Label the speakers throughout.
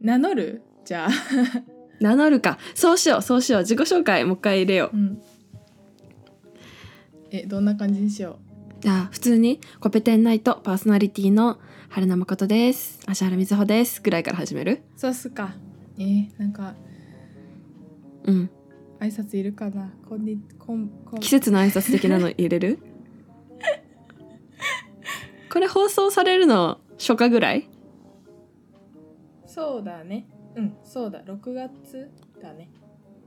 Speaker 1: 名乗るじゃあ、
Speaker 2: 名乗るかそうしようそうしよう自己紹介もう一回入れよう
Speaker 1: うん、 えどんな感じにしよ
Speaker 2: じゃあ普通にコペテンナイトパーソナリティの春名誠です芦原瑞穂ですぐらいから始める
Speaker 1: うそうっすかえー、なんか
Speaker 2: うん
Speaker 1: 挨拶いるかなこんにこんこん
Speaker 2: 季節の挨拶的な の入れるこれ放送されるの初夏ぐらい
Speaker 1: そうだねうんそうだ6月だね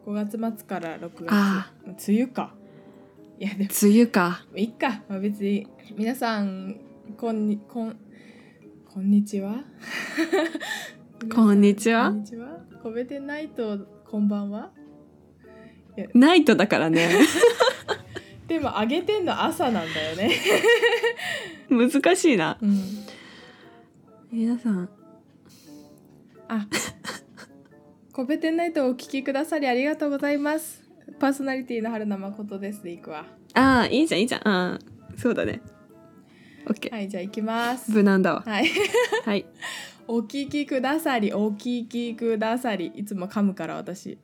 Speaker 1: 5月末から6月
Speaker 2: あ
Speaker 1: 梅雨かいやでも
Speaker 2: 梅雨か
Speaker 1: いいか、まあ、別に皆さんこんにこんこんにちは
Speaker 2: こんにちは
Speaker 1: こんにちはコベテナイトこんばんは
Speaker 2: ナイトだからね
Speaker 1: でもあげてんの朝なんだよね
Speaker 2: 難しいな
Speaker 1: うん
Speaker 2: 皆さん
Speaker 1: あコベテナイトをお聞きくださりありがとうございますパーソナリティの春名誠ですでいくわ
Speaker 2: ああいいじゃんいいじゃんあーそうだね OK、
Speaker 1: はいじゃあ行きます
Speaker 2: 無難だわ
Speaker 1: はい
Speaker 2: はい
Speaker 1: お聞きくださりお聞きくださりいつも噛むから私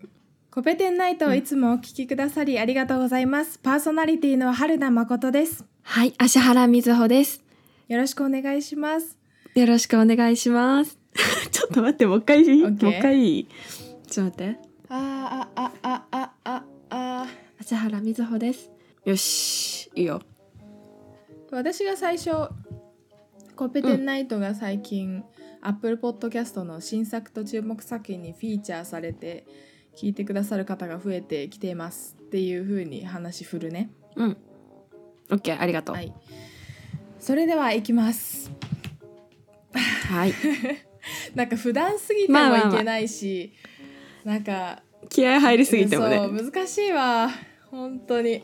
Speaker 1: コペテンナイトをいつもお聞きくださりありがとうございます、パーソナリティの春名誠です
Speaker 2: はい芦原瑞穂です
Speaker 1: よろしくお願いします
Speaker 2: よろしくお願いします ちょっと待ってもう一回いい、
Speaker 1: OK
Speaker 2: もう一回いいちょっと待って
Speaker 1: あーああああああ
Speaker 2: 芦原瑞穂ですよしいいよ
Speaker 1: 私が最初コペテンナイトが最近、Apple Podcast の新作と注目作品にフィーチャーされて聞いてくださる方が増えてきていますっていう風に話振るね
Speaker 2: うん OK ありがとう
Speaker 1: はいそれでは行きます
Speaker 2: はい
Speaker 1: なんか普段すぎても
Speaker 2: まあまあ
Speaker 1: い
Speaker 2: まあ
Speaker 1: けないし、なんか
Speaker 2: 気合入りすぎても
Speaker 1: そ
Speaker 2: ね
Speaker 1: う難しいわ本当に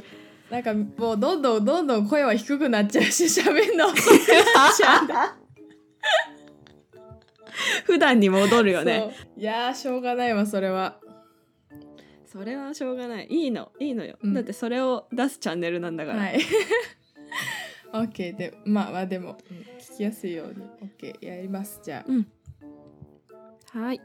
Speaker 1: なんかもうどんどんどんどん声は低くなっちゃうし喋んの遅くなっちゃ うんだ
Speaker 2: 普段に戻るよね
Speaker 1: そういやーしょうがないわそれは
Speaker 2: それはしょうがないいいのいいのよ、
Speaker 1: うん
Speaker 2: だってそれを出すチャンネルなんだから、
Speaker 1: はい OK でまあまあでもうん聞きやすいように OK やりますじゃあ
Speaker 2: うんはい